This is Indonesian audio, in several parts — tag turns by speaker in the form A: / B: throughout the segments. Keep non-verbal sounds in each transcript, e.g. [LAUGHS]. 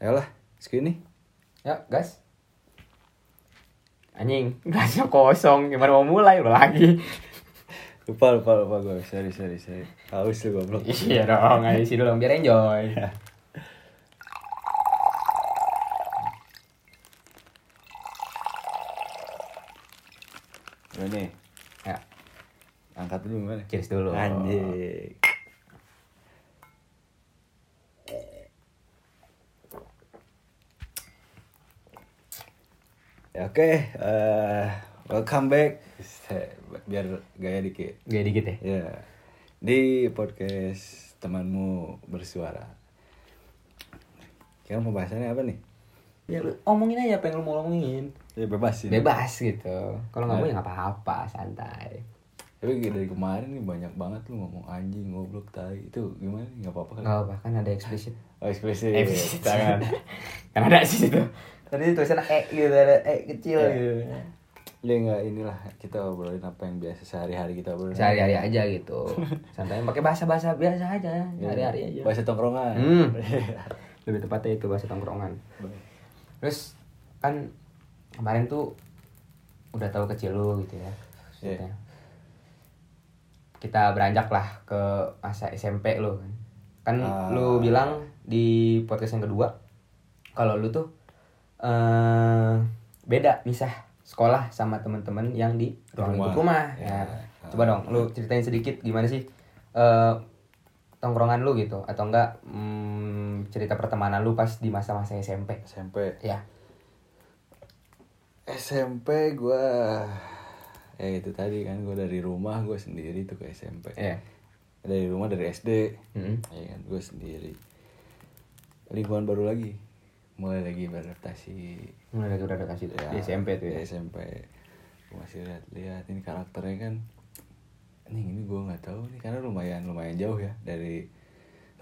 A: Ayolah, segini.
B: Ya, guys. Anjing, [LAUGHS] gelasnya kosong. Gimana mau mulai lo lagi?
A: Lupa, lupa,
B: Oh,
A: lupa gue. Oh, Sorry, sorry, sorry. Haus lu goblok.
B: iya dong, ayo isi dulu dong, biar enjoy.
A: Ini nih,
B: ya,
A: angkat dulu gimana?
B: cheers dulu.
A: Anjing. Ya, Oke, eh, welcome back. Biar gaya dikit.
B: Gaya dikit ya.
A: Ya, di podcast temanmu bersuara. Kita mau bahasannya apa nih?
B: Ya lu omongin aja apa yang lu mau omongin.
A: Ya bebas sih.
B: Bebas gitu. Kalau nggak mau ya nggak apa-apa, santai.
A: Tapi dari kemarin nih banyak banget lu ngomong anjing, goblok, tai. Itu gimana? Gak apa-apa kan?
B: Nggak apa-apa, kan ada [LAUGHS] explicit.
A: Oh, ekspresi.
B: Iya, jangan. [LAUGHS] kan ada di situ. Tadi tulisan E gitu, ada E kecil
A: Ya.
B: gitu.
A: Ya enggak inilah kita obrolin apa yang biasa sehari-hari kita obrolin.
B: Sehari-hari aja gitu. Santai pakai bahasa-bahasa biasa aja, sehari-hari
A: Iya.
B: aja.
A: Bahasa tongkrongan. [LAUGHS]
B: Hmm. Lebih tepatnya itu bahasa tongkrongan. Terus kan kemarin tuh udah tahu kecil lu gitu
A: Iya.
B: ya. maksudnya. Kita beranjak lah ke masa SMP lu kan. Kan
A: Ah.
B: lu bilang di podcast yang kedua kalau lu tuh eh beda misah sekolah sama temen-temen yang di
A: Rumah.
B: ruang lingkup rumah.
A: Ya.
B: Ya. Coba dong lu ceritain sedikit gimana sih eh tongkrongan lu gitu atau enggak mm, cerita pertemanan lu pas di masa-masa SMP.
A: SMP.
B: Ya.
A: SMP gua ya itu tadi kan gua dari rumah gua sendiri tuh ke SMP.
B: Iya.
A: Dari rumah dari SD.
B: Mm.
A: Ya kan gua sendiri. Lingkungan baru lagi. Mulai lagi beradaptasi
B: Mulai lagi udah kasih
A: Ya,
B: di SMP tuh ya.
A: di SMP Gua masih lihat-lihat ini karakternya kan nih ini gue nggak tahu nih karena lumayan lumayan jauh ya dari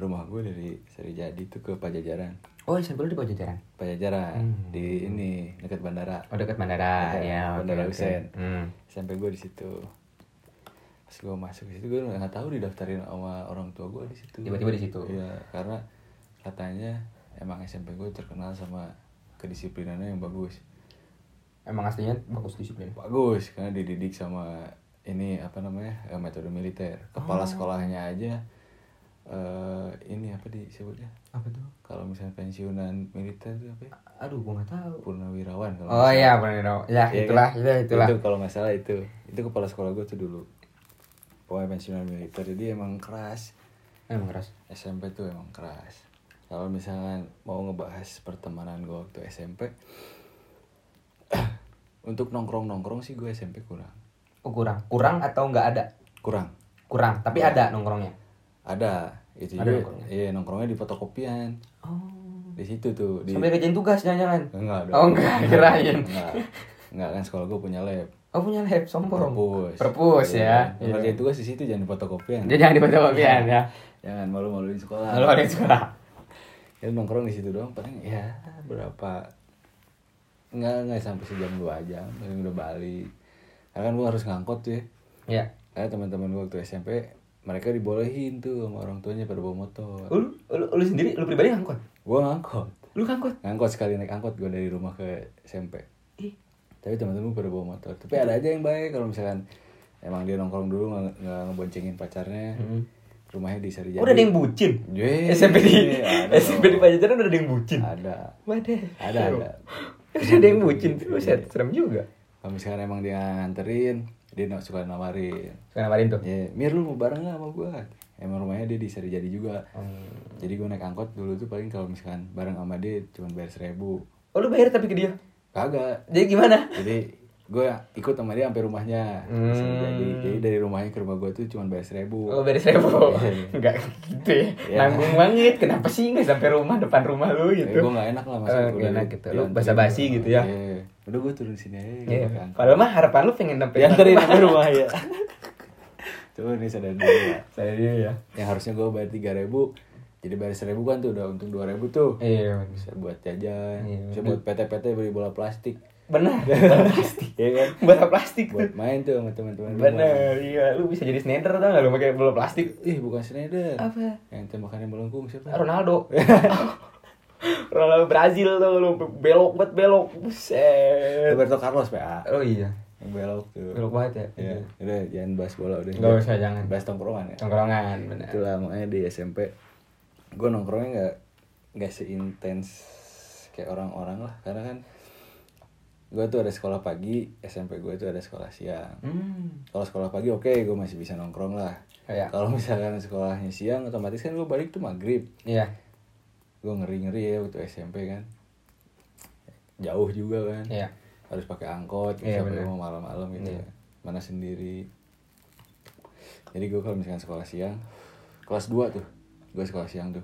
A: rumah gue dari Serijadi tuh ke Pajajaran
B: Oh, SMP lu di Pajajaran.
A: Pajajaran
B: Hmm.
A: di ini dekat bandara
B: Oh, dekat Bandara.
A: Iya,
B: Ya,
A: Bandara
B: oke, oke.
A: Hussein.
B: Hmm.
A: SMP gue di situ pas gue masuk di situ gue nggak tahu didaftarin sama orang tua gue di situ
B: Tiba-tiba di situ.
A: iya karena katanya emang SMP gue terkenal sama kedisiplinannya yang bagus
B: Emang aslinya bagus disiplin.
A: bagus karena dididik sama ini apa namanya eh, metode militer
B: Oh.
A: kepala sekolahnya aja eh ini apa disebutnya
B: Apa tuh?
A: kalau misalnya pensiunan militer itu apa ya?
B: Aduh, gua enggak tahu.
A: purnawirawan kalau
B: Oh iya, benar. Ya,
A: Iya
B: itulah,
A: kan?
B: ya, itulah.
A: Itu kalau nggak salah itu. Itu kepala sekolah gue tuh dulu. Pokoknya pensiunan militer jadi emang keras.
B: Emang keras.
A: SMP tuh emang keras. Kalau misalkan mau ngebahas pertemanan gue waktu SMP, [CLEARS THROAT] untuk nongkrong nongkrong sih gue SMP kurang,
B: Oh, kurang. Kurang atau enggak ada?
A: kurang.
B: Kurang, tapi ada nongkrongnya.
A: Ada itu
B: Ada
A: juga.
B: nongkrongnya?
A: Iya nongkrongnya di fotokopian.
B: Oh.
A: Di situ tuh di.
B: Sampai kerjain tugas jangan-jangan.
A: Enggak dong.
B: Oh, enggak, kirain.
A: Enggak. Enggak kan sekolah gue punya lab.
B: Oh, punya lab sombong.
A: Perpus.
B: Perpus ya.
A: Iya. Ngerjain tugas di situ jangan di fotokopian.
B: Dia jangan dibaca-bacain ya.
A: Jangan malu-maluin sekolah.
B: Lalu ada yang sekolah.
A: Ya nongkrong di situ doang paling ya berapa nggak nggak sampai sejam dua jam paling udah balik. Karena kan gua harus ngangkot tuh ya.
B: Ya.
A: Karena teman-teman gua waktu SMP mereka dibolehin tuh sama orang tuanya pada bawa motor.
B: Oh, Lu, lu, lu sendiri, lu pribadi ngangkut?
A: Gua ngangkot.
B: Lu ngangkut?
A: Ngangkot sekali naik angkot gua dari rumah ke SMP.
B: Ih,
A: Tapi teman-teman pada bawa motor. Tapi ada aja yang baik kalau misalkan emang dia nongkrong dulu nggak- nggak ngeboncengin pacarnya. Rumahnya di Sarijadi.
B: udah ada yang bucin.
A: Yeay,
B: SMP di [LAUGHS]
A: ada
B: SMP di
A: dong.
B: Pajajaran udah ada yang bucin.
A: Ada.
B: Waduh.
A: Ada, ada.
B: [LAUGHS] Udah ada yang bucin. Buset, serem juga.
A: Kalau misalkan emang dia nganterin, dia nak suka nawarin.
B: Sekarang kemarin tuh.
A: Ya, Mir lu mau bareng gak sama gua? Emang rumahnya dia di Sarijadi juga. Jadi gua naik angkot dulu tuh paling kalau misalkan bareng sama dia cuma bayar seribu.
B: Oh, lu bayar tapi ke dia.
A: Kagak.
B: Jadi gimana?
A: Jadi gua ikut sama dia sampai rumahnya.
B: Hmm.
A: Jadi, jadi dari rumahnya ke rumah gua tuh cuma bayar seribu.
B: Oh, bayar seribu. [LAUGHS] Enggak gitu ya.
A: Iya.
B: Nanggung banget. Kenapa sih nggak sampai rumah depan rumah lu
A: Ya,
B: gitu?
A: gua gak enak lah masa
B: Eh,
A: gua
B: nggak
A: di-
B: enak gitu. Lu
A: dianterin.
B: basa-basi gitu ya.
A: Iya. Udah gua turun sini aja. gua
B: Iya.
A: naik angkot.
B: Padahal mah harapan lu pengen sampai
A: Dianterin sampai rumah
B: iya.
A: [LAUGHS] ya. Coba nih sadar dulu ya.
B: [LAUGHS] Saya dia ya.
A: yang harusnya gue bayar tiga ribu jadi bayar seribu kan tuh udah untung dua ribu tuh
B: Iya.
A: bisa buat jajan
B: Iya,
A: bisa buat PT-PT beli bola plastik
B: Benar. Bola
A: [LAUGHS]
B: plastik.
A: ya kan
B: [LAUGHS] Bola plastik tuh.
A: buat main tuh sama teman-teman rumah.
B: Benar. Iya, lu bisa jadi sniper tau gak lu pakai bola plastik?
A: ih bukan Schneider
B: Apa? [LAUGHS]
A: yang tembakannya melengkung siapa
B: Ronaldo. Ronaldo Brazil tuh lu belok banget belok. Buset.
A: Roberto Carlos PA
B: Oh iya,
A: yang belok tuh
B: belok banget
A: ya
B: ya.
A: udah jangan bahas bola udah
B: Enggak usah jangan.
A: bahas tongkrongan ya
B: Tongkrongan benar.
A: itulah makanya di SMP gue nongkrongnya nggak nggak seintens kayak orang-orang lah karena kan gue tuh ada sekolah pagi SMP gue tuh ada sekolah siang
B: Hmm.
A: kalau sekolah pagi oke gue masih bisa nongkrong lah
B: Kayak
A: kalau misalkan sekolahnya siang otomatis kan gue balik tuh maghrib
B: iya.
A: gue ngeri ngeri ya waktu SMP kan jauh juga kan
B: Iya.
A: harus pakai angkot
B: Iya,
A: sampai
B: benar.
A: rumah malam-malam gitu
B: Iya.
A: ya. mana sendiri jadi gue kalau misalkan sekolah siang kelas 2 tuh gue sekolah siang tuh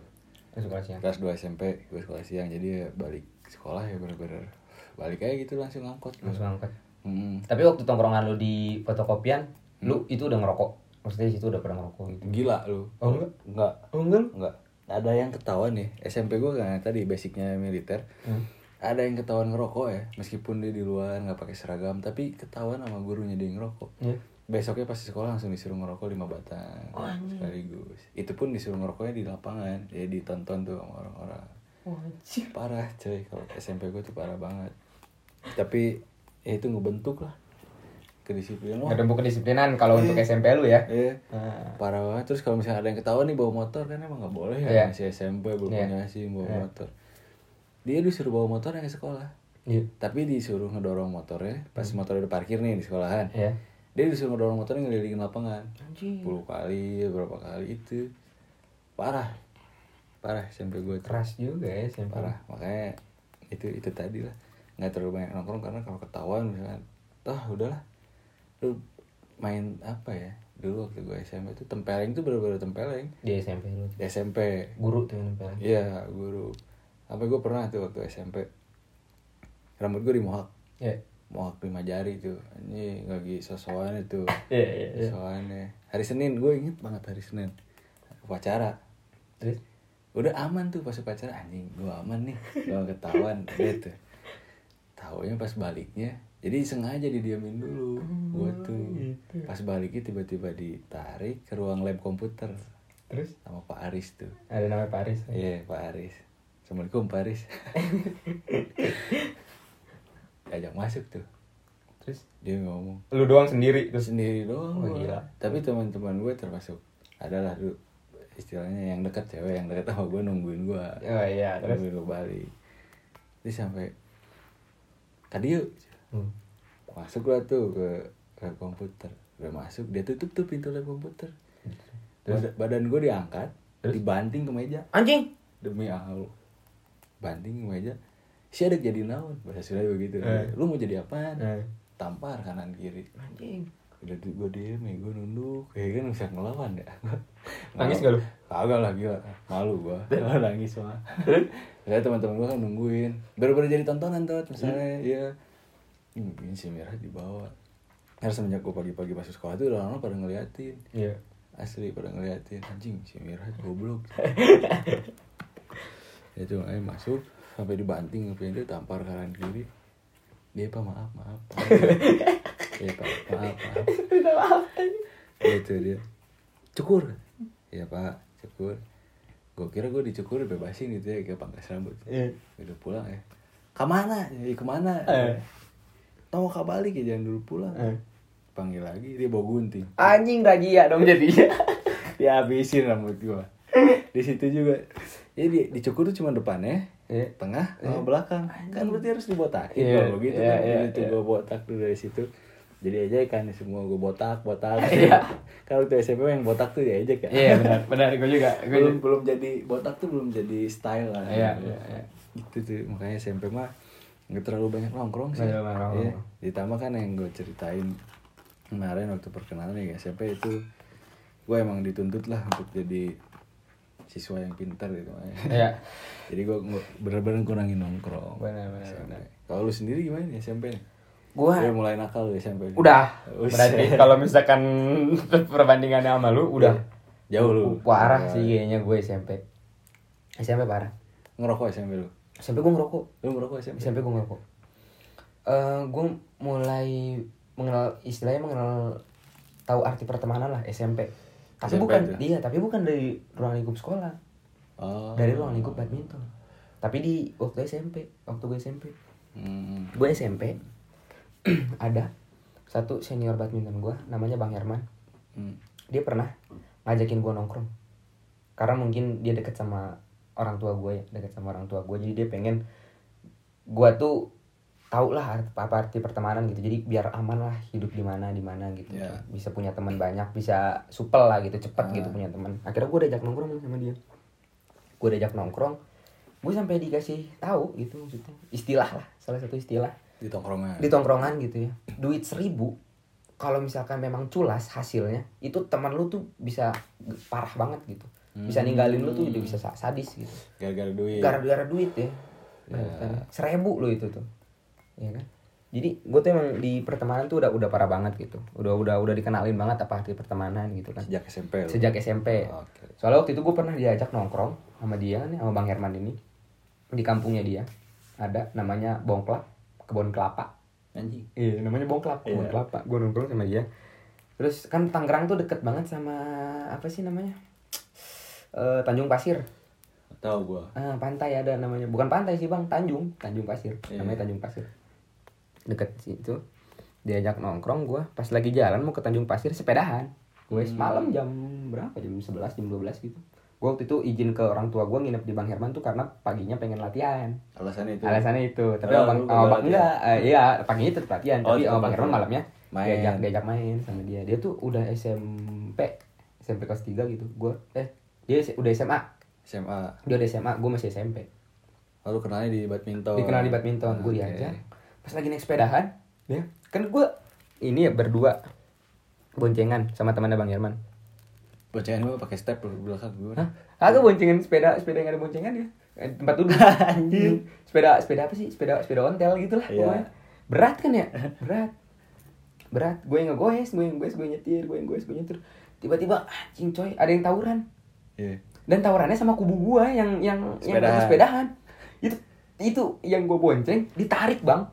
B: Terus sekolah siang.
A: kelas 2 SMP gue sekolah siang jadi ya balik sekolah ya bener-bener balik aja gitu langsung angkot gua.
B: Langsung angkat.
A: Mm-mm.
B: Tapi waktu tongkrongan lu di fotokopian, lu itu udah ngerokok. Maksudnya di situ udah pernah ngerokok gitu.
A: gila lu
B: Oh, enggak?
A: enggak
B: Oh enggak lu?
A: enggak ada yang ketahuan nih SMP gue kan tadi basicnya militer
B: Hmm.
A: ada yang ketahuan ngerokok ya meskipun dia di luar nggak pakai seragam tapi ketahuan sama gurunya dia ngerokok
B: Iya.
A: besoknya pas di sekolah langsung disuruh ngerokok lima batang sekaligus itu pun disuruh ngerokoknya di lapangan jadi ditonton tuh sama orang-orang
B: Wajib.
A: parah coy kalau SMP gue tuh parah banget tapi ya itu ngebentuk lah kedisiplinan wah
B: Ada buku disiplinan kalau untuk SMP lu ya.
A: iya.
B: Nah,
A: parah banget terus kalau misalnya ada yang ketahuan nih bawa motor kan emang nggak boleh
B: Iya.
A: ya masih SMP belum
B: Iya.
A: punya SIM, bawa motor dia disuruh bawa motornya ke sekolah
B: Iya.
A: tapi disuruh ngedorong motornya pas
B: Hmm.
A: motor udah parkir nih di sekolahan
B: Iya.
A: dia disuruh ngedorong motornya ngelilingin lapangan
B: Anjing.
A: puluh kali berapa kali itu parah parah SMP gue tuh
B: Keras juga ya SMP.
A: parah makanya itu itu tadi lah nggak terlalu banyak nongkrong karena kalau ketahuan misalkan toh udahlah lu main apa ya dulu waktu gue SMP tuh tempeleng tuh bener-bener tempeleng
B: Di SMP lu.
A: di SMP
B: Guru tuh yang nempel.
A: iya guru sampai gue pernah tuh waktu SMP rambut gue dimohak
B: Iya.
A: mohak lima jari tuh ini lagi sosokan itu
B: Iya, iya, iya.
A: soalnya hari Senin gue inget banget hari Senin upacara
B: Terus
A: udah aman tuh pas upacara anjing gue aman nih gue ketahuan udah tuh taunya pas baliknya jadi sengaja didiamin dulu gue tuh pas baliknya tiba-tiba ditarik ke ruang lab komputer
B: terus
A: sama Pak Aris tuh
B: ada namanya Paris.
A: iya Pak Aris assalamualaikum Pak Aris diajak masuk tuh
B: Terus
A: dia ngomong
B: lu doang sendiri terus
A: sendiri doang
B: Wah,
A: gua.
B: gila.
A: tapi teman-teman gue termasuk adalah dulu istilahnya yang dekat cewek yang dekat sama gue nungguin gue
B: Oh iya, terus
A: nungguin gue balik jadi sampai tadi yuk
B: Hmm.
A: masuk lah tuh ke lab komputer udah masuk dia tutup tuh pintu lab komputer Bad- badan gue diangkat dibanting ke meja
B: Anjing.
A: demi Allah banting ke meja si ada jadi naon bahasa Sunda begitu
B: Eh.
A: lu mau jadi apaan
B: Eh.
A: tampar kanan kiri
B: Anjing.
A: udah di gue diem ya gue nunduk ya kan bisa ngelawan ya
B: [LAUGHS] Nangis nggak lu?
A: kagak lah gila malu gue
B: [LAUGHS]
A: gua nangis mah [LAUGHS] saya teman-teman gue kan nungguin baru-baru jadi tontonan tuh
B: Hmm.
A: misalnya ya Ih, mungkin si merah dibawa harus semenjak gue pagi-pagi masuk sekolah tuh orang-orang pada ngeliatin
B: Iya.
A: asli pada ngeliatin anjing si merah
B: [LAUGHS]
A: goblok ya tuh ayo masuk sampai dibanting ke pintu tampar kanan kiri dia pak maaf maaf
B: [LAUGHS]
A: dia pak maaf maaf
B: Minta maaf.
A: Ya, itu dia cukur ya pak cukur gue kira gue dicukur bebasin gitu ya kayak pangkas rambut
B: Iya.
A: udah pulang ya kemana ya, kemana
B: Eh.
A: tau nggak balik ya jangan dulu pulang
B: Eh.
A: panggil lagi dia bawa gunting
B: Anjing razia dong jadi.
A: [LAUGHS] dihabisin rambut gua di situ juga Iya, jadi dicukur tuh cuma depannya
B: Iya.
A: tengah sama belakang kan berarti harus dibotakin
B: Iya,
A: kalau gitu
B: iya,
A: kan
B: iya,
A: itu
B: iya.
A: gua botak tuh dari situ jadi aja kan semua gua botak botak kalau tuh SMP yang botak tuh diajak ya
B: Iya benar, benar gue juga. Gue
A: belum belum jadi botak tuh belum jadi style lah
B: kan? Iya, iya, iya.
A: itu tuh makanya SMP mah nggak terlalu banyak nongkrong sih
B: Nggak terlalu banyak nongkrong.
A: Iya. ditambah kan yang gue ceritain kemarin waktu perkenalan ya SMP itu gue emang dituntut lah untuk jadi siswa yang pintar gitu makanya.
B: Iya.
A: [LAUGHS] jadi gue bener-bener kurangin nongkrong
B: Benar, benar,
A: SMP. kalau lu sendiri gimana nih SMP nih
B: Gua
A: Lu mulai nakal lu SMP nih?
B: udah.
A: Uset.
B: Berarti kalau misalkan [LAUGHS] perbandingannya sama lu udah
A: jauh lu
B: parah sih kayaknya gue SMP. SMP parah.
A: ngerokok SMP lu
B: SMP gue ngerokok.
A: lu ngerokok SMP
B: SMP gue ngerokok. Eh gue mulai mengenal istilahnya mengenal tahu arti pertemanan lah SMP. Tapi
A: SMP
B: bukan
A: tuh.
B: dia, tapi bukan dari ruang lingkup sekolah,
A: oh.
B: dari ruang lingkup badminton. tapi di waktu SMP waktu gue SMP
A: Hmm.
B: gue SMP [CLEARS THROAT] ada satu senior badminton gue namanya Bang Herman
A: Hmm.
B: dia pernah ngajakin gue nongkrong karena mungkin dia deket sama orang tua gue ya deket sama orang tua gue jadi dia pengen gue tuh tau lah art- apa arti pertemanan gitu jadi biar aman lah hidup di mana di mana gitu
A: Ya.
B: bisa punya teman banyak bisa supel lah gitu cepet
A: Ah.
B: gitu punya teman akhirnya gue diajak nongkrong sama dia gue diajak nongkrong gue sampai dikasih tahu gitu maksudnya istilah lah salah satu istilah
A: Di tongkrongan.
B: di tongkrongan gitu ya duit seribu kalau misalkan memang culas hasilnya itu teman lu tuh bisa ge- parah banget gitu bisa ninggalin lu tuh udah bisa sa- sadis gitu
A: Gara-gara duit.
B: gara-gara duit ya
A: Ya.
B: seribu lu itu tuh ya kan jadi gue tuh emang di pertemanan tuh udah udah parah banget gitu udah udah udah dikenalin banget apa arti pertemanan gitu kan
A: Sejak Oh. SMP. lu?
B: sejak SMP
A: Oke.
B: soalnya waktu itu gue pernah diajak nongkrong sama dia nih sama bang Herman ini di kampungnya dia ada namanya Bongklap kebun kelapa
A: Anjing.
B: Iya, namanya Bong Kelapa.
A: Iya.
B: Bong Kelapa. Gue nongkrong sama dia. Terus kan Tangerang tuh deket banget sama apa sih namanya? Eh Tanjung Pasir.
A: Tahu gua.
B: Ah, pantai ada namanya. Bukan pantai sih, Bang. Tanjung, Tanjung Pasir.
A: Iya.
B: Namanya Tanjung Pasir. Deket situ. Diajak nongkrong gua pas lagi jalan mau ke Tanjung Pasir sepedahan. Gue
A: Hmm.
B: semalam jam berapa? Jam 11, jam 12 gitu. Gue waktu itu izin ke orang tua gue nginep di Bang Herman tuh karena paginya pengen latihan.
A: Alasannya itu.
B: Alasannya itu, tapi
A: Udah,
B: abang,
A: lu
B: oh,
A: kagak
B: abang
A: latihan.
B: enggak, eh, iya paginya tetap latihan,
A: Oh,
B: tapi
A: tetap
B: oh, bang Herman
A: latihan.
B: malamnya
A: Main.
B: diajak diajak main sama dia. Dia tuh udah SMP, SMP kelas 3 gitu. Gua eh dia S- udah SMA,
A: SMA.
B: dia udah SMA, gua masih SMP.
A: Lalu kenalnya di badminton.
B: Dikenal di badminton,
A: Oh,
B: gua
A: Oke.
B: diajak. Pas lagi naik sepedahan, ya kan gua ini ya berdua boncengan sama temannya Bang Herman.
A: Boncengan gua pakai step lu belakang gua.
B: Hah? Aku boncengan sepeda, sepeda yang ada boncengan ya. Eh, Tempat
A: [LAUGHS]
B: duduk. Anjing. sepeda sepeda apa sih? Sepeda sepeda ontel gitu lah
A: Iya.
B: pokoknya. Berat kan
A: [LAUGHS]
B: ya? Berat. Berat. Gue yang ngegoes, gue yang goes, gue yang nyetir, gue yang goes, gue yang nyetir. Tiba-tiba anjing coy, ada yang tawuran.
A: Iya.
B: Dan tawurannya sama kubu gua yang yang yang
A: Sepedahan.
B: kubu sepedahan. Itu itu yang gue bonceng ditarik, Bang.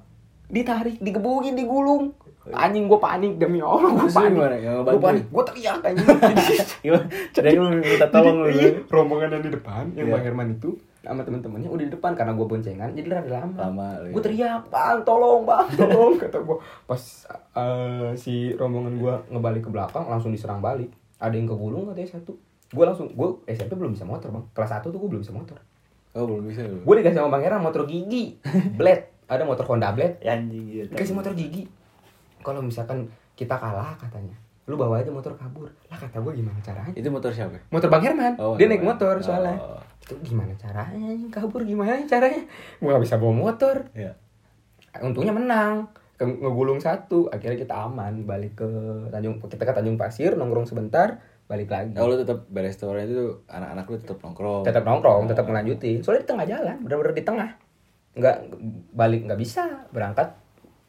B: Ditarik, digebukin, digulung. Anjing gue panik demi Allah gue
A: Terus lu Oh
B: panik.
A: iya. gimana? Nggak
B: Gue
A: ngebantuin?
B: panik, gue teriak
A: [LAUGHS]
B: anjing.
A: Jadi lu minta tolong lu.
B: Iya, rombongan yang di depan, yang
A: Iya.
B: Bang Herman itu sama teman-temannya udah di depan karena gue boncengan, jadi rada lama.
A: Lama, lu ya.
B: Gue teriak, bang, tolong bang, [LAUGHS] tolong kata gue. Pas eh, si rombongan gue ngebalik ke belakang, langsung diserang balik. Ada yang kegulung katanya satu. Gue langsung, gue SMP belum bisa motor bang. Kelas 1 tuh gue belum bisa motor.
A: Oh, belum bisa lu.
B: Gue dikasih sama Bang Herman motor gigi, blade. Ada motor Honda blade,
A: Anjing iya.
B: dikasih motor gigi. Kalau misalkan kita kalah katanya, lu bawa aja motor kabur. Lah kata gue gimana caranya?
A: Itu motor siapa?
B: motor Bang Herman.
A: Oh,
B: dia naik
A: Herman.
B: motor soalnya.
A: Oh.
B: Itu gimana caranya anjing kabur gimana caranya? Gua gak bisa bawa motor.
A: Iya.
B: Untungnya menang. Ke- Ngegulung satu, akhirnya kita aman balik ke Tanjung kita ke Tanjung Pasir nongkrong sebentar, balik lagi.
A: Nah, lu tetap beres restoran itu tuh anak-anak lu tetap nongkrong.
B: tetap nongkrong,
A: Oh.
B: tetap melanjutin. Soalnya di tengah jalan, benar-benar di tengah. Nggak balik nggak bisa, berangkat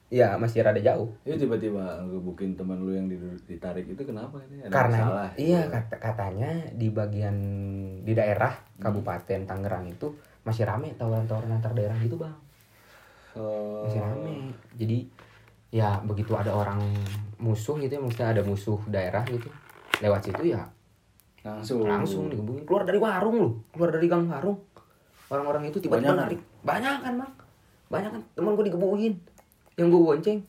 B: ya masih rada jauh.
A: Itu tiba-tiba ngebukin teman lu yang didu- ditarik itu kenapa ini? Ada
B: karena
A: masalah.
B: iya kata katanya di bagian di daerah
A: Hmm.
B: kabupaten Tangerang itu masih rame tawuran-tawuran antar daerah gitu bang
A: Oh.
B: masih rame jadi ya begitu ada orang musuh gitu ya maksudnya ada musuh daerah gitu lewat situ ya
A: langsung
B: langsung dihubungin keluar dari warung lu keluar dari gang warung orang-orang itu tiba-tiba
A: Banyak.
B: narik banyak kan bang banyak kan teman gue digebukin yang gue bonceng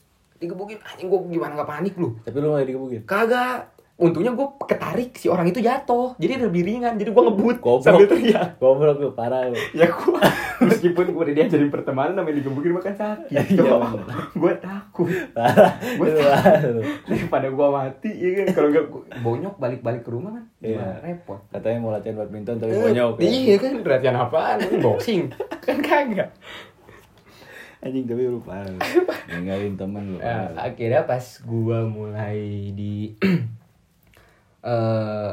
B: digebukin anjing gue gimana nggak panik lu
A: Tapi lu nggak dikebukin.
B: Kagak. Untungnya gue ketarik si orang itu jatuh. Jadi lebih ringan. Jadi gue ngebut
A: Goblok.
B: sambil teriak.
A: Goblok lu parah lu.
B: [LAUGHS] Ya gue meskipun gue udah diajarin pertemanan namanya digebukin makan sakit.
A: Iya, bener.
B: gue takut
A: Parah.
B: Gua
A: Lu parah lu.
B: daripada gue mati ya kan kalau nggak gua- bonyok balik-balik ke rumah kan gimana
A: Iya.
B: repot.
A: Katanya mau latihan badminton tapi bonyok. ya.
B: Eh, Iya kan latihan apaan? Ini Boxing kan kagak.
A: Anjing tapi lu parah. lu. Ninggalin temen lu.
B: Nah,
A: parah.
B: akhirnya pas gua mulai di [CLEARS THROAT] eh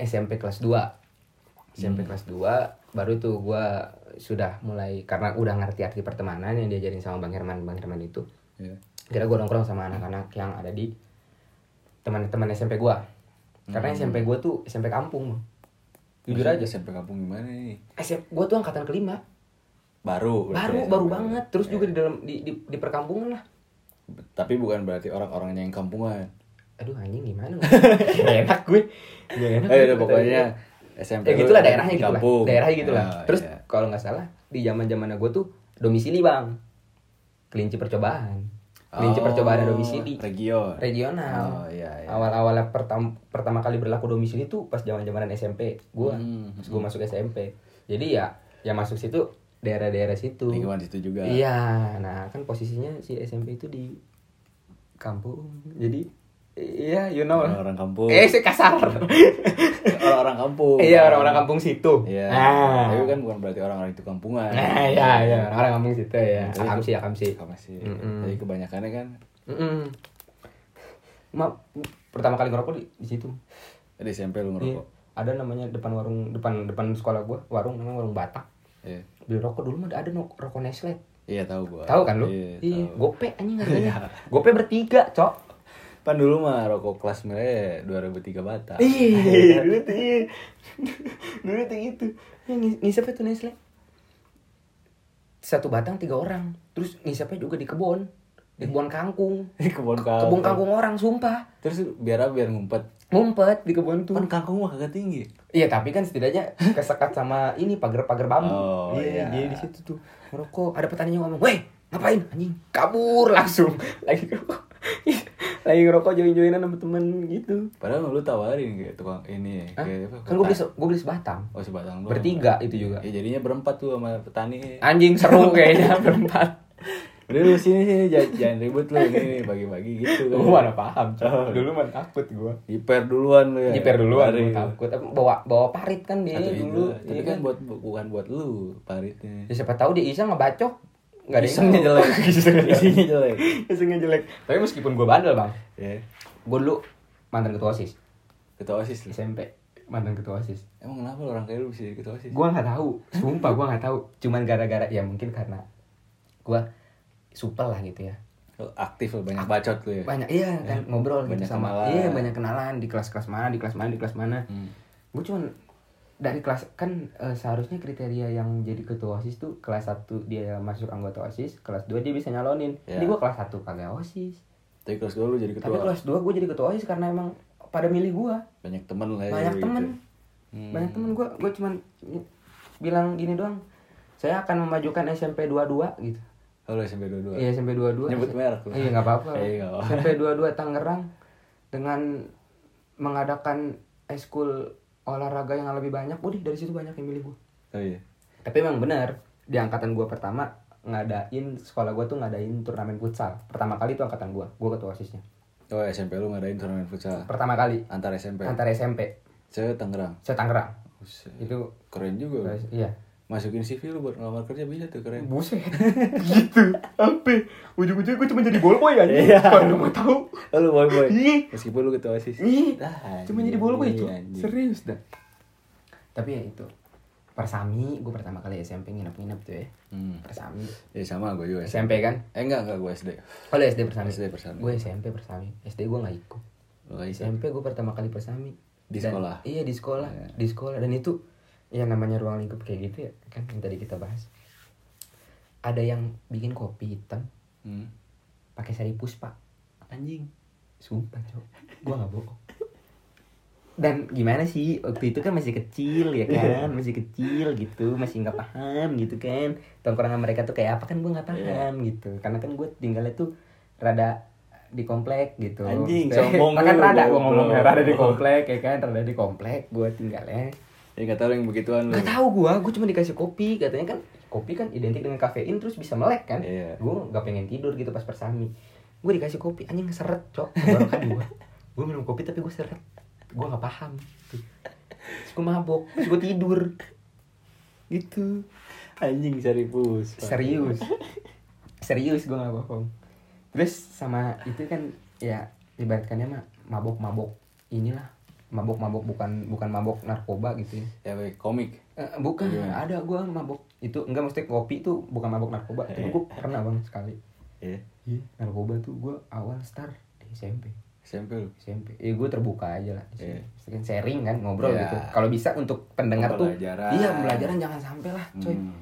B: SMP kelas 2 SMP kelas 2 baru tuh gua sudah mulai karena udah ngerti arti pertemanan yang diajarin sama Bang Herman Bang Herman itu
A: Iya.
B: kira gua nongkrong sama anak-anak yang ada di teman-teman SMP gua karena
A: Hmm.
B: SMP gua tuh SMP kampung Bang. jujur
A: Maksudnya
B: aja
A: SMP kampung gimana nih?
B: SMP gua tuh angkatan kelima
A: Baru. berarti ya.
B: baru
A: SMP.
B: baru banget terus
A: Iya.
B: juga di dalam di di, di perkampungan lah
A: Tapi bukan berarti orang-orangnya yang kampungan. [LAUGHS]
B: aduh anjing gimana nggak enak gue Nggak enak
A: Eh
B: gue
A: udah
B: kata
A: pokoknya
B: dia.
A: SMP
B: ya
A: lu
B: gitulah
A: di
B: daerahnya gitu lah
A: kampung.
B: daerahnya gitu lah
A: Ya,
B: terus
A: ya.
B: kalau nggak salah di zaman zamannya gue tuh domisili bang kelinci percobaan
A: Oh,
B: kelinci percobaan dan domisili
A: region
B: regional
A: oh iya iya
B: awal awalnya pertama pertama kali berlaku domisili tuh pas zaman zamanan SMP gue
A: Hmm,
B: pas gue masuk SMP jadi ya ya masuk situ daerah-daerah situ
A: lingkungan situ juga
B: Iya, nah kan posisinya si SMP itu di kampung. Jadi iya, you know lah.
A: orang kampung
B: Eh, saya kasar.
A: orang-orang kampung
B: Iya, orang-orang kampung situ.
A: Iya.
B: Nah.
A: Tapi kan bukan berarti orang-orang itu kampungan.
B: Nah, iya, iya, orang-orang kampung situ ya.
A: Tapi-
B: Akam sih, akam sih.
A: Sama sih.
B: Mm-mm.
A: Jadi kebanyakannya kan
B: Mm-mm. Ma, pertama kali ngerokok di, di situ.
A: di SMP lu
B: Iya.
A: ngerokok.
B: Ada namanya depan warung depan depan sekolah gua, warung namanya warung Batak.
A: Iya.
B: Beli rokok dulu mah ada no- rokok Nestle.
A: Iya tahu gua.
B: Tahu kan lu?
A: Iya. tahu.
B: Gope anjing harganya. Gope bertiga, Cok.
A: Pan dulu mah rokok kelas merah 2003 bata.
B: Ih,
A: [LAUGHS]
B: dulu tuh iya. [LAUGHS] dulu tuh gitu. Ya, ngis- ngisapnya tuh Nestle. Satu batang tiga orang. Terus ngisapnya juga di kebun. Di kebun kangkung.
A: kebun kangkung.
B: Kebun kangkung orang, sumpah.
A: Terus biar apa? biar ngumpet.
B: Ngumpet di kebun tuh.
A: Pan kangkung mah kagak tinggi.
B: Iya, tapi kan setidaknya kesekat sama ini pagar-pagar bambu.
A: Oh, iya.
B: dia di situ tuh ngerokok. Ada petaninya ngomong, "Weh, ngapain anjing?" Kabur langsung. [LAUGHS] Lagi ngerokok. Lagi ngerokok join-joinan sama temen gitu.
A: Padahal lu tawarin kayak tukang ini.
B: Hah?
A: Kayak apa?
B: Kan gue beli se- gua beli sebatang.
A: Oh sebatang doang.
B: Bertiga itu juga.
A: Ya jadinya berempat tuh sama petani.
B: Anjing seru kayaknya [LAUGHS] berempat.
A: Udah lu sini sini jangan, jangan ribut lu ini bagi-bagi
B: [LAUGHS]
A: gitu.
B: Gue mana paham,
A: Oh.
B: Cok. Dulu mana takut gue.
A: Jiper duluan lu ya.
B: Jiper duluan
A: Baru gitu.
B: gue takut. Tapi Bawa bawa parit kan dia
A: Satu
B: dulu.
A: dulu, tapi
B: Iya
A: kan buat bukan buat lu paritnya.
B: Ya siapa tahu dia iseng ngebacok. Gak ada yang
A: Isengnya
B: tahu. [LAUGHS]
A: jelek.
B: Isengnya jelek.
A: Isinya jelek.
B: Isengnya jelek. Tapi meskipun gue bandel, Bang.
A: Ya.
B: Gue dulu mantan ketua OSIS
A: Ketua OSIS lu.
B: SMP. Mantan ketua OSIS.
A: Emang kenapa lu orang kayak lu bisa jadi ketua OSIS?
B: Gue nggak tahu. Sumpah gue nggak tahu. Cuman gara-gara ya mungkin karena gue supel lah gitu ya.
A: Lu aktif lu banyak bacot lu ya.
B: banyak iya kan
A: Ya,
B: ngobrol
A: banyak
B: gitu sama
A: kenalan.
B: iya banyak kenalan di kelas-kelas mana di kelas mana di kelas mana
A: Hmm.
B: gue cuman dari kelas kan eh, seharusnya kriteria yang jadi ketua osis tuh kelas 1 dia masuk anggota osis kelas 2 dia bisa nyalonin
A: Ya.
B: jadi gue kelas 1 kagak osis
A: Tapi kelas gue lu jadi
B: tapi
A: ketua.
B: kelas 2 gue jadi ketua osis karena emang pada milih gue
A: Banyak temen lah ya.
B: banyak
A: gitu.
B: temen
A: Hmm.
B: banyak temen gue gue cuman bilang gini doang saya akan memajukan SMP 22 gitu
A: Oh, lu SMP 22.
B: Iya SMP 22
A: Nyebut merek lu.
B: Iya nggak apa-apa
A: Iya, nggak apa-apa.
B: SMP 22 Tangerang Dengan mengadakan eskul olahraga yang lebih banyak Udah dari situ banyak yang milih gue
A: Oh iya.
B: Tapi emang benar Di angkatan gue pertama Ngadain sekolah gue tuh ngadain turnamen futsal Pertama kali itu angkatan gue Gue ketua OSISnya
A: Oh SMP lu ngadain turnamen futsal
B: Pertama kali
A: antar SMP.
B: Antara SMP
A: Saya Tangerang.
B: Saya Tangerang
A: Buset.
B: Itu
A: Keren juga. lu.
B: Iya
A: Masukin CV lu buat ngelamar kerja bisa tuh keren.
B: Buset [LAUGHS] Gitu Sampai Ujung-ujungnya gue cuma jadi ballboy [LAUGHS] aja Kalau lu mau tahu
A: Oh, lu boy boy.
B: Iya
A: Meskipun lu ketua OSIS.
B: Ih,
A: Ah, anjing,
B: cuma jadi bolu gue itu.
A: anjing.
B: Serius dah. Tapi ya itu. Persami, gue pertama kali SMP nginep-nginep tuh ya.
A: Hmm.
B: Persami.
A: Ya sama gue juga. SMP.
B: SMP kan?
A: Eh enggak enggak gue SD.
B: Oh lu SD Persami.
A: SD Persami.
B: Gue SMP Persami. SD gue gak ikut.
A: Gue SMP.
B: SMP gue pertama kali Persami.
A: Di
B: Dan-
A: sekolah?
B: Iya di sekolah. Di sekolah. Dan itu ya namanya ruang lingkup kayak gitu ya. Kan yang tadi kita bahas. Ada yang bikin kopi hitam
A: Hmm.
B: pakai sari puspa.
A: Anjing.
B: Sumpah cok Gue gak bohong Dan gimana sih Waktu itu kan masih kecil ya kan Masih kecil gitu Masih gak paham gitu kan Tongkrongan mereka tuh kayak apa kan gue gak paham gitu Karena kan gue tinggalnya tuh Rada di komplek gitu
A: Anjing,
B: Eh,
A: sombong
B: Makan
A: lu,
B: rada gue
A: goblok.
B: ngomongnya Rada di komplek ya kan Rada di komplek gue tinggalnya
A: Ya enggak tahu yang begituan lu.
B: Gak tahu gue Gue cuma dikasih kopi Katanya kan Kopi kan identik dengan kafein Terus bisa melek kan
A: Iya.
B: gue gak pengen tidur gitu pas persami gue dikasih kopi anjing seret cok tenggorokan gue gue minum kopi tapi gue seret gue gak paham terus gue mabok terus gue tidur gitu
A: Anjing serius.
B: serius serius gue gak bohong terus sama itu kan ya ibaratkannya mah mabok mabok inilah mabok mabok bukan bukan mabok narkoba gitu
A: Ya
B: ya
A: weh, komik.
B: Eh, bukan
A: Gimana?
B: ada gue mabok itu enggak maksudnya kopi itu bukan mabok narkoba
A: Iya.
B: tapi gue pernah bang sekali
A: Ya.
B: Iya, narkoba tuh gue awal start di SMP.
A: SMP lu.
B: SMP. Ya gue terbuka aja lah. di sini.
A: Iya.
B: Pasti kan sharing kan ngobrol
A: Iya.
B: gitu. Kalau bisa untuk pendengar tuh
A: Pembelajaran.
B: iya pembelajaran jangan sampai lah, coy.
A: Hmm.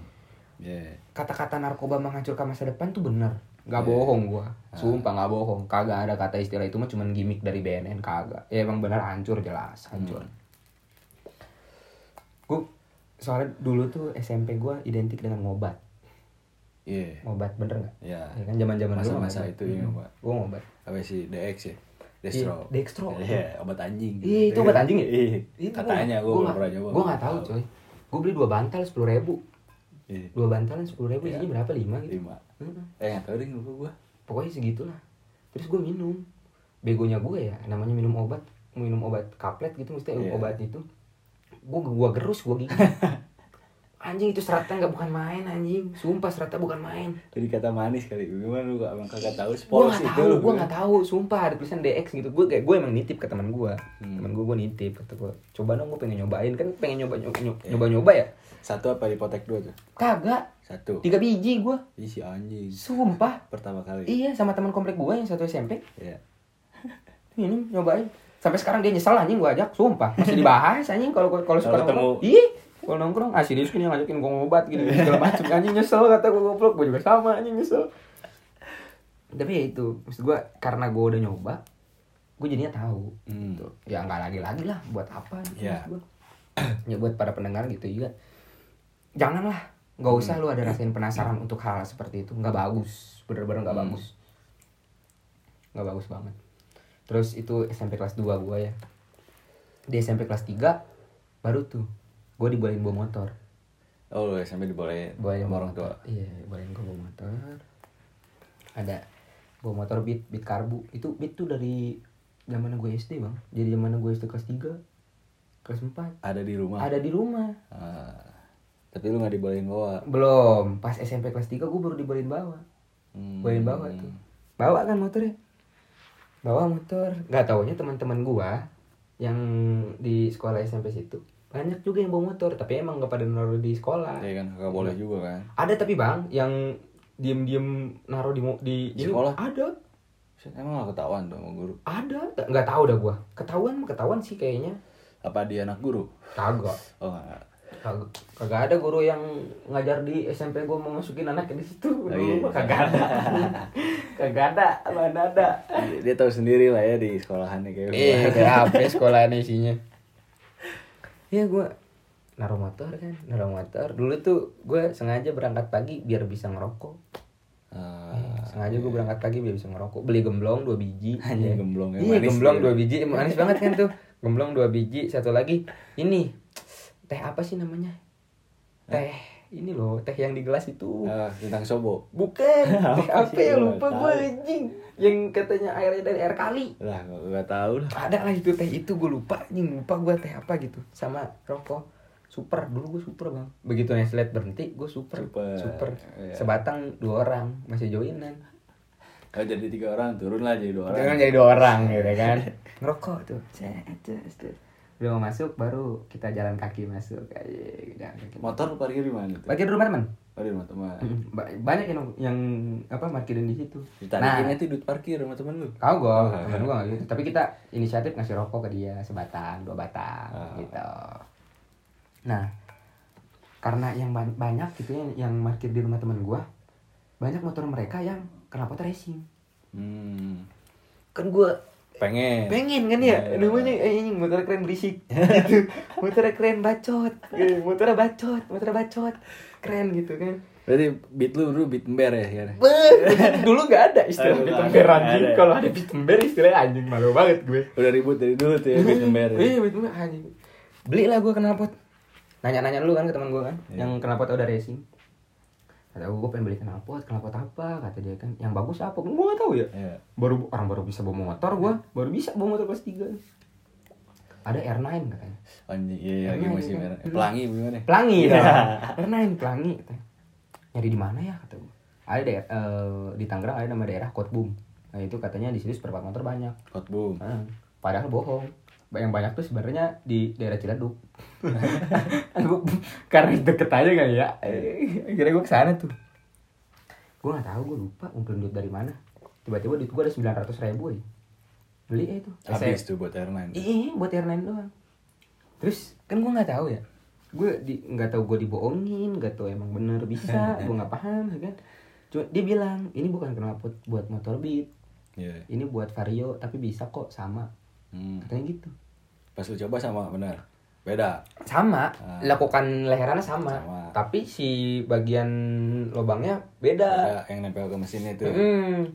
A: Ya.
B: Kata-kata narkoba menghancurkan masa depan tuh benar. Gak
A: Iya.
B: bohong gua. Sumpah gak bohong. Kagak ada kata istilah itu mah
A: Hmm.
B: cuman gimmick dari BNN kagak. Ya emang benar hancur jelas, hancur. gue soalnya dulu tuh SMP gue identik dengan ngobat
A: Iya.
B: ngobat bener nggak
A: Ya.
B: ya kan zaman zaman
A: Masa-masa itu, iya, ngobat.
B: gue ngobat
A: Apa sih DX ya? Dextro.
B: Iya, Dextro.
A: Iya, obat anjing.
B: Iya, itu obat anjing ya?
A: Iya. Katanya gue belum pernah nyoba.
B: Gue nggak tahu coy. Gue beli dua bantal sepuluh ribu.
A: Iya.
B: Dua bantalan sepuluh ribu isinya berapa lima gitu.
A: Lima.
B: Mm-mm.
A: Eh, nggak tahu deh lupa gue.
B: Pokoknya segitulah. Terus gue minum. Begonya gue ya, namanya minum obat, minum obat kaplet gitu, mesti
A: Iya.
B: obat itu. Gue gua gerus, gue
A: [LAUGHS]
B: gigit. anjing itu serata nggak bukan main anjing, sumpah serata bukan main.
A: Tadi kata manis kali. Gimana lu emang kagak tahu
B: Gue
A: sporos
B: nggak
A: itu
B: tahu,
A: lu.
B: gue nggak tahu, sumpah ada tulisan DX gitu. Gue kayak gue emang nitip ke teman gue,
A: Hmm.
B: teman gue gue nitip, kata gue coba dong gue pengen nyobain kan pengen nyoba nyoba
A: Iya.
B: nyoba, nyoba ya.
A: Satu apa dipotek dua tuh?
B: Kagak.
A: Satu.
B: Tiga biji gua.
A: Ih, si anjing.
B: Sumpah.
A: Pertama kali.
B: Iya, sama teman komplek gua yang satu SMP.
A: Iya.
B: Minum nyobain. Sampai sekarang dia nyesel anjing gua ajak, sumpah. Masih dibahas anjing kalau kalau suka
A: Kalau ketemu.
B: nongkrong. Ih, kalau nongkrong ah serius kan yang ngajakin gua ngobat gini gini, segala macam anjing nyesel kata gua goblok, gua juga sama anjing nyesel. Tapi ya itu, maksud gua karena gua udah nyoba, gua jadinya tahu.
A: Hmm.
B: Gitu. Ya nggak lagi-lagi lah buat apa gitu
A: Iya.
B: maksud gua. [CLEARS THROAT] ya buat para pendengar gitu juga. Janganlah, nggak usah lu ada rasain penasaran untuk hal seperti itu, nggak bagus, bener-bener nggak
A: Hmm.
B: bagus nggak bagus banget terus itu SMP kelas 2 gua ya di SMP kelas 3 baru tuh gue dibolehin bawa motor
A: Oh, lu SMP dibolehin
B: bolehin
A: sama orang tua.
B: iya bolehin gue bawa motor ada bawa motor beat beat karbu itu beat tuh dari zaman gue SD bang jadi zaman gue SD kelas 3 kelas 4
A: Ada di rumah.
B: ada di rumah
A: Ah, tapi lu nggak dibolehin bawa.
B: belum pas SMP kelas 3 gue baru dibolehin bawa
A: Hmm.
B: bolehin bawa tuh bawa kan motornya bawa motor nggak taunya teman-teman gua yang di sekolah SMP situ banyak juga yang bawa motor tapi emang nggak pada naruh di sekolah
A: Iya kan, kagak boleh juga kan.
B: ada tapi bang yang diem-diem naruh di mo- di,
A: Di
B: ini,
A: sekolah?
B: ada
A: Shit, Emang gak ketahuan tuh sama guru?
B: ada T- nggak tahu dah gua ketahuan mah ketahuan sih kayaknya
A: Apa dia anak guru?
B: kagak
A: Oh enggak.
B: kagak kagak ada guru yang ngajar di SMP gua mau masukin anak di situ
A: Oh,
B: Dulu
A: iya.
B: mah kagak ada [LAUGHS] kagak ada mana ada
A: Dia, dia tahu sendiri lah ya di sekolahannya kayak
B: Eh,
A: gimana.
B: kayak apa sekolahannya isinya? Iya gue naruh motor kan, naruh motor. Dulu tuh gue sengaja berangkat pagi biar bisa ngerokok.
A: Ah,
B: Eh, Sengaja gue berangkat pagi biar bisa ngerokok. Beli gemblong dua biji.
A: Anjing, gemblong yang
B: Iya
A: manis
B: gemblong
A: gitu.
B: dua biji, manis banget kan tuh. Gemblong dua biji, satu lagi ini teh apa sih namanya? Teh ini loh, teh yang di gelas itu.
A: ah, tentang sobo.
B: Bukan, teh
A: [LAUGHS] Apa
B: apa
A: sih?
B: ya
A: Gua
B: lupa
A: nggak
B: gue
A: tahu.
B: anjing. Yang katanya airnya dari air kali
A: Lah, gak, gak tahu lah.
B: ada lah itu teh itu gue lupa anjing lupa gue teh apa gitu sama rokok super dulu gue super bang begitu Nestle berhenti gue super
A: Super, iya.
B: sebatang dua orang masih joinan
A: Oh, jadi tiga orang turun lah jadi dua orang.
B: jangan jadi dua orang gitu kan [LAUGHS] ngerokok tuh Cet, cet, cet. udah mau masuk baru kita jalan kaki masuk Ayo, jalan kaki.
A: Motor lu parkir di mana tuh?
B: gitu. parkir Hmm. di rumah teman
A: Oh, di rumah teman.
B: Ba- banyak yang yang apa parkirin di situ Nah.
A: Ditarikinnya tuh duit parkir rumah teman lu.
B: Kau gue,
A: Oh,
B: temen gue gak gitu. Tapi kita inisiatif ngasih rokok ke dia sebatang, dua batang
A: Ah.
B: gitu. Nah, karena yang ban- banyak gitu ya, yang parkir di rumah temen gue, banyak motor mereka yang kena pot racing.
A: Hmm.
B: Kan gue
A: Pengen.
B: pengen kan
A: Iya.
B: ya, namanya eh, ini motor keren berisik gitu. Motor keren bacot, gitu. motor bacot, motor bacot. Keren gitu kan.
A: Berarti beat lu dulu beat ember ya sekarang?
B: Beuh, dulu gak ada istilah
A: Aduh,
B: bitember
A: ada,
B: anjing.
A: ada.
B: Kalau ada bitember istilahnya anjing malu banget gue.
A: Udah ribut dari dulu tuh ya beat ember. ya.
B: Iya, itu mah anjing. Beli lah gue knalpot. Nanya-nanya dulu kan ke teman gue kan,
A: Iya.
B: yang knalpot udah racing. Kata gue, gue pengen beli knalpot, knalpot apa? Kata dia kan, yang bagus apa? Gue gak tahu ya.
A: Iya.
B: Baru orang baru bisa bawa motor gue, baru bisa bawa motor kelas 3. Ada R9 katanya.
A: Anjing, iya iya, lagi
B: Emang
A: masih
B: iya.
A: merah. Eh, Pelangi gimana?
B: Pelangi
A: Iya.
B: dong. R9 pelangi katanya. Nyari di mana ya kata gue. Ada daer- eh, di Tangerang ada nama daerah Kotbum. Nah itu katanya di situ spare part motor banyak.
A: Hot boom.
B: Ah, Padahal bohong. Yang banyak tuh sebenarnya di daerah Ciledug. [LAUGHS] Gua- karena deket aja kali ya. Eh, Akhirnya gue kesana tuh. Gue nggak tahu, gue lupa ngumpulin duit dari mana. Tiba-tiba duit gue ada sembilan ratus ribu aja. Beli aja tuh.
A: Habis tuh buat airline.
B: Iya, buat airline doang. Terus kan gue nggak tahu ya. Gue di nggak tahu gue dibohongin, nggak tahu emang bener bisa. gue nggak paham, ya kan. Cuma dia bilang ini bukan knalpot buat motor beat,
A: Iya.
B: ini buat vario tapi bisa kok sama
A: Hmm.
B: katanya gitu.
A: Pas lu coba sama benar. beda
B: sama
A: Ah.
B: lakukan leherannya sama.
A: Sama.
B: tapi si bagian lubangnya
A: Beda
B: beda,
A: yang nempel ke mesinnya itu
B: Mm.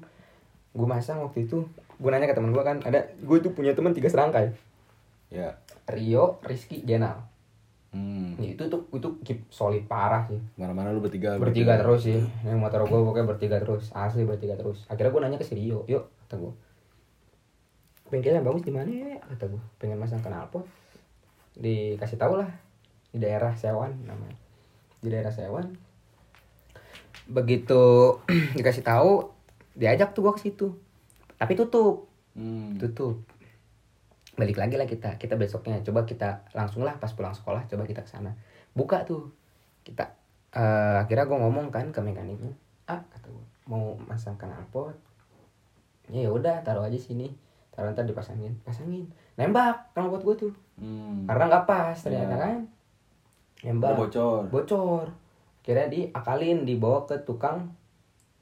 B: gue masang waktu itu gue nanya ke teman gue kan ada gue tuh punya teman tiga serangkai
A: ya
B: Rio Rizky Jenal
A: hmm.
B: Nih, itu tuh itu keep solid parah sih
A: mana-mana lu bertiga gitu.
B: bertiga terus sih yang motor gue pokoknya bertiga terus asli bertiga terus akhirnya gue nanya ke si Rio yuk kata gue bengkel yang bagus di mana ya kata gue pengen masang knalpot dikasih tahu lah di daerah Sewan namanya di daerah Sewan begitu [CLEARS THROAT] dikasih tahu diajak tuh gue ke situ tapi tutup
A: hmm.
B: tutup balik lagi lah kita kita besoknya coba kita langsung lah pas pulang sekolah coba kita ke sana buka tuh kita eh, akhirnya gue ngomong kan ke mekaniknya ah kata gue mau masang knalpot ya ya udah taruh aja sini taruh ntar dipasangin pasangin nembak knalpot gue tuh
A: Hmm.
B: karena nggak pas
A: Iya.
B: ternyata kan
A: Oh,
B: nembak
A: bocor
B: bocor akhirnya diakalin dibawa ke tukang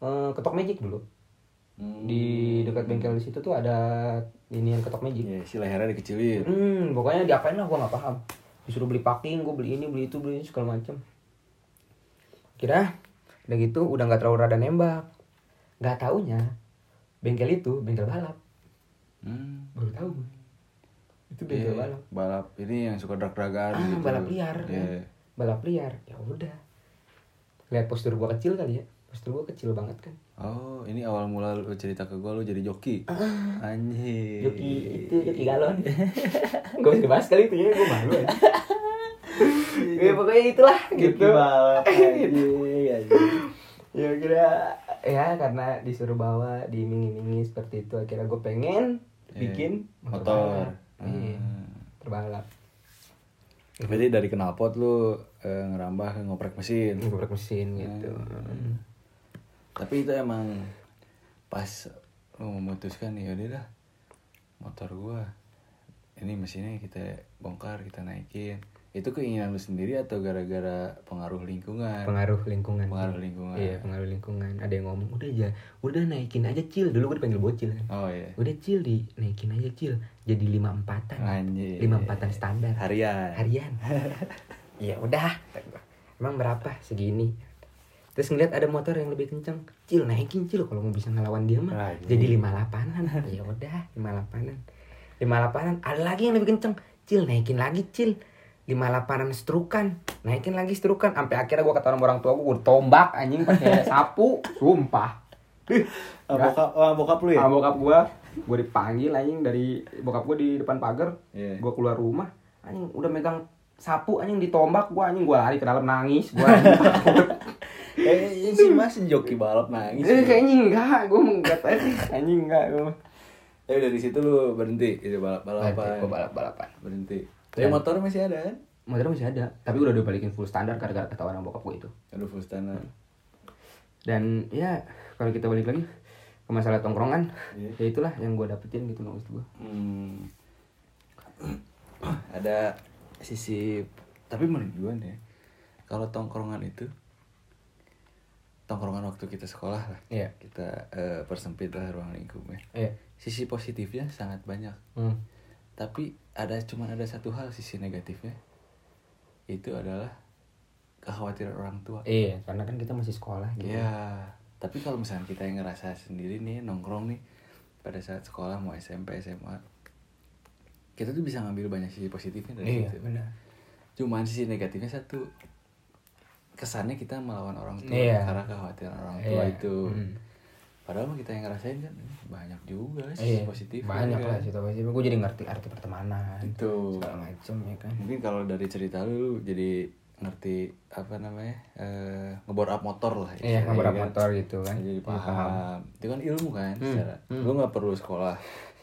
B: eh, ketok magic dulu
A: Hmm.
B: di dekat bengkel di situ tuh ada ini yang ketok magic
A: ya, si lehernya dikecilin
B: Hmm, pokoknya diapain lah gue nggak paham. Disuruh beli packing, gue beli ini, beli itu, beli ini, segala macem. Kira udah gitu udah nggak terlalu rada nembak. Nggak taunya bengkel itu bengkel balap.
A: hmm.
B: Baru tahu gue. Itu
A: Iya,
B: bengkel balap.
A: balap ini yang suka drag-dragan
B: Ah,
A: gitu.
B: balap liar.
A: Iya.
B: Balap liar. Ya udah. Lihat postur gue kecil kali ya. Postur gue kecil banget kan.
A: Oh, ini awal mula lu cerita ke gua lu jadi joki.
B: [LAUGHS]
A: Anjir.
B: Iya, Joki itu joki
A: [LAUGHS]
B: galon. [LAUGHS] gue bisa dibahas kali itu ya, gue malu [LAUGHS] ya. ya pokoknya itulah gitu.
A: [LAUGHS]
B: [LAUGHS]
A: balap.
B: ya kira ya karena disuruh bawa diiming-imingi seperti itu akhirnya gue pengen bikin
A: Iya. motor. Ah.
B: balap. Iya, terbalap
A: Berarti dari knalpot lu eh, ngerambah ke ngoprek mesin.
B: ini geprek mesin gitu
A: Ah. Tapi itu emang pas lu memutuskan ya udah dah motor gua ini mesinnya kita bongkar, kita naikin. Itu keinginan lu sendiri atau gara-gara pengaruh lingkungan?
B: pengaruh lingkungan
A: Pengaruh lingkungan.
B: iya pengaruh lingkungan ada yang ngomong udah aja udah naikin aja cil dulu gue dipanggil bocil kan
A: Oh iya.
B: udah cil di naikin aja cil jadi lima empatan
A: Anjir.
B: lima empatan standar
A: harian.
B: harian ya udah kata gua. emang berapa segini terus ngeliat ada motor yang lebih kencang cil naikin cil kalau mau bisa ngelawan dia mah
A: Anjing.
B: jadi lima lapanan ya udah lima lapanan lima lapanan ada lagi yang lebih kencang cil naikin lagi cil lima lapanan strukan naikin lagi strukan sampai akhirnya gua kata orang tua gua, gua tombak anjing pakai sapu sumpah
A: Ah, bokap, ah, bokap lu ya?
B: sama oh, bokap gua gua dipanggil anjing dari bokap gua di depan pagar
A: Iya.
B: gua keluar rumah anjing udah megang sapu anjing ditombak gua anjing gua lari ke dalam nangis gua anjing [LAUGHS] takut.
A: Eh, si Mas joki balap nangis.
B: Eh, kayaknya enggak gua mau enggak tahu sih anjing enggak gua
A: Tapi Eh, dari situ lu berhenti itu balap balapan.
B: balap balapan
A: Berhenti.
B: Nah.
A: Tapi motor masih ada kan?
B: motor masih ada tapi udah dibalikin full standar gara-gara kata orang bokap gua itu
A: Aduh Fustana.
B: dan ya kalau kita balik lagi ke masalah tongkrongan
A: Iya.
B: ya itulah yang gua dapetin gitu loh maksud gua
A: Hmm. ada sisi tapi menurut gue nih ya, kalau tongkrongan itu tongkrongan waktu kita sekolah lah
B: Iya.
A: kita eh, persempit lah ruang lingkupnya
B: iya
A: sisi positifnya sangat banyak
B: hmm.
A: tapi ada cuman ada satu hal sisi negatifnya itu adalah kekhawatiran orang tua
B: iya karena kan kita masih sekolah gitu
A: ya tapi kalau misalnya kita yang ngerasa sendiri nih nongkrong nih pada saat sekolah mau SMP SMA kita tuh bisa ngambil banyak sisi positifnya dari
B: Iya,
A: situ.
B: benar.
A: cuman sisi negatifnya satu kesannya kita melawan orang tua
B: Iya.
A: karena kekhawatiran orang tua
B: Iya.
A: itu
B: Mm.
A: padahal mah kita yang ngerasain kan banyak juga sisi kan.
B: Iya,
A: positif
B: banyak lah sisi positif gue jadi ngerti arti pertemanan
A: Itu. Iya,
B: segala macem ya kan
A: mungkin kalau dari cerita lu lu jadi ngerti apa namanya eh ngebor up motor lah
B: iya
A: istilahnya,
B: ngeborap
A: kan?
B: motor Hmm, gitu kan
A: jadi paham itu kan ilmu kan secara lu nggak perlu sekolah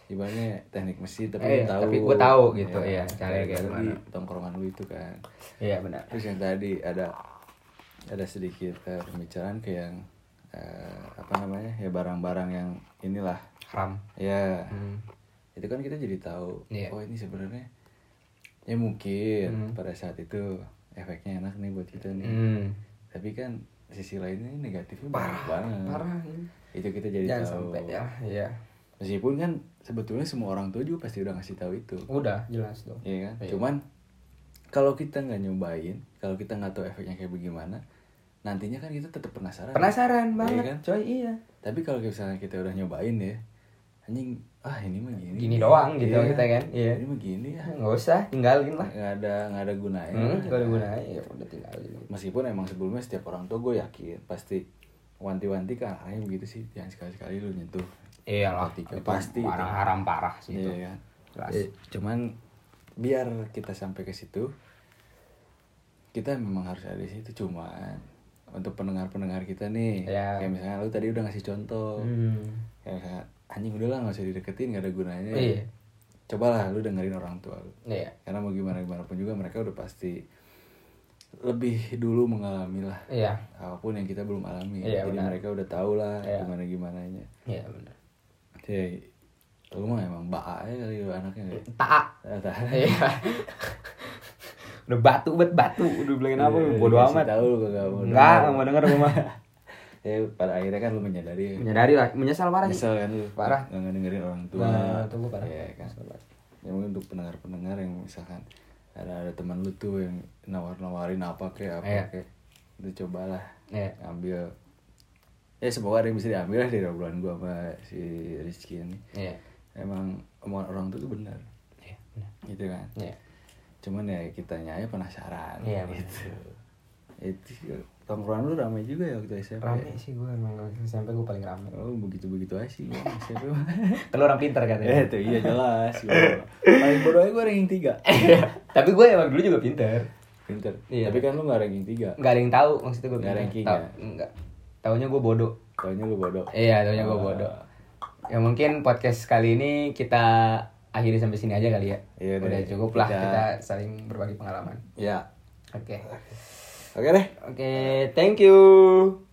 A: ibaratnya teknik mesin tapi
B: Eh,
A: lu tahu
B: tapi gua tahu gitu, iya,
A: kayak
B: caranya kayak
A: lu
B: gimana.
A: di tongkrongan lu itu kan
B: iya benar
A: terus yang tadi ada ada sedikit eh, pembicaraan ke yang eh, apa namanya ya barang-barang yang inilah
B: haram
A: ya
B: Hmm.
A: itu kan kita jadi tahu
B: Iya.
A: oh ini sebenarnya ya mungkin pada saat itu efeknya enak nih buat kita nih
B: Hmm.
A: tapi kan sisi lainnya negatifnya parah banget
B: parah
A: itu kita Hmm. jadi
B: jangan
A: tahu
B: sampai ya iya
A: meskipun kan sebetulnya semua orang tua juga pasti udah ngasih tahu itu
B: udah jelas dong
A: Iya kan cuman kalau kita nggak nyobain kalau kita nggak tahu efeknya kayak bagaimana nantinya kan kita tetap penasaran Iya
B: Penasaran banget,
A: kan?
B: coy, iya.
A: tapi kalau misalnya kita udah nyobain ya anjing ah ini mah gini
B: Gini doang gitu
A: Iya.
B: kita kan, iya.
A: ini mah gini ya
B: Nggak usah, tinggalin lah.
A: nggak ada nggak ada gunanya
B: Hmm, kalau gunain ya udah tinggalin.
A: meskipun emang sebelumnya setiap orang tua gue yakin pasti wanti-wanti ke arahnya begitu sih jangan sekali-sekali lu nyentuh
B: Iya lah,
A: Tiga,
B: itu
A: pasti itu.
B: Parah, haram parah sih itu.
A: Iya kan?
B: Keras.
A: Eh, cuman biar kita sampai ke situ kita memang harus ada di situ cuman untuk pendengar-pendengar kita nih
B: Iya.
A: kayak misalnya lu tadi udah ngasih contoh
B: Hmm.
A: kayak misalnya anjing udahlah nggak usah dideketin gak ada gunanya
B: Iya.
A: cobalah lu dengerin orang tua lu
B: Iya.
A: karena mau gimana gimana pun juga mereka udah pasti lebih dulu mengalami lah
B: Iya.
A: apapun yang kita belum alami
B: Iya,
A: jadi
B: benar.
A: mereka udah tahu lah
B: Iya.
A: gimana gimananya
B: Iya benar.
A: jadi lu mah emang baa ya kali lu anaknya ya?
B: Taat.
A: Ah, tahan.
B: Iya. udah batu buat batu, udah bilangin apa lu bodo
A: Dikasih
B: amat.
A: tahu lu kagak mau
B: Enggak,
A: denger.
B: enggak mau denger gua mah.
A: ya pada akhirnya kan lu menyadari ya.
B: Menyadari lah, menyesal parah sih.
A: Nyesel kan lu
B: Parah.
A: nggak ngedengerin orang tua
B: Nah, itu gua parah.
A: Iya, kan ya mungkin untuk pendengar-pendengar yang misalkan ada ada teman lu tuh yang nawar-nawarin apa kayak apa
B: Iya.
A: kayak itu cobalah
B: Iya.
A: ambil ya semoga ada yang bisa diambil lah dari obrolan gua sama si Rizky ini
B: Iya.
A: emang omongan orang tuh tuh benar
B: Iya, benar.
A: gitu kan
B: Iya.
A: cuman ya kitanya aja penasaran
B: Iya,
A: gitu itu tongkrongan lu ramai juga ya waktu SMP
B: Rame sih gua emang SMP gua paling rame.
A: oh begitu begitu aja sih gua
B: [LAUGHS]
A: SMP
B: Kalau orang pintar
A: ya
B: katanya.
A: itu iya jelas gua. paling bodoh aja gue ranking tiga
B: Tapi gue emang dulu juga pintar.
A: pinter
B: Iya.
A: tapi kan lu nggak ranking tiga
B: Nggak ada yang tahu maksudnya gue
A: Nggak ada yang
B: pintar.
A: kira.
B: Tau- Nggak. Taunya gue bodoh.
A: taunya lu bodoh Eh,
B: Iya, taunya gue bodoh. Ya mungkin podcast kali ini kita akhiri sampai sini aja kali ya.
A: Iya deh.
B: Udah cukup lah
A: Kita-
B: kita saling berbagi pengalaman.
A: ya
B: Oke.
A: oke deh
B: Oke, thank you.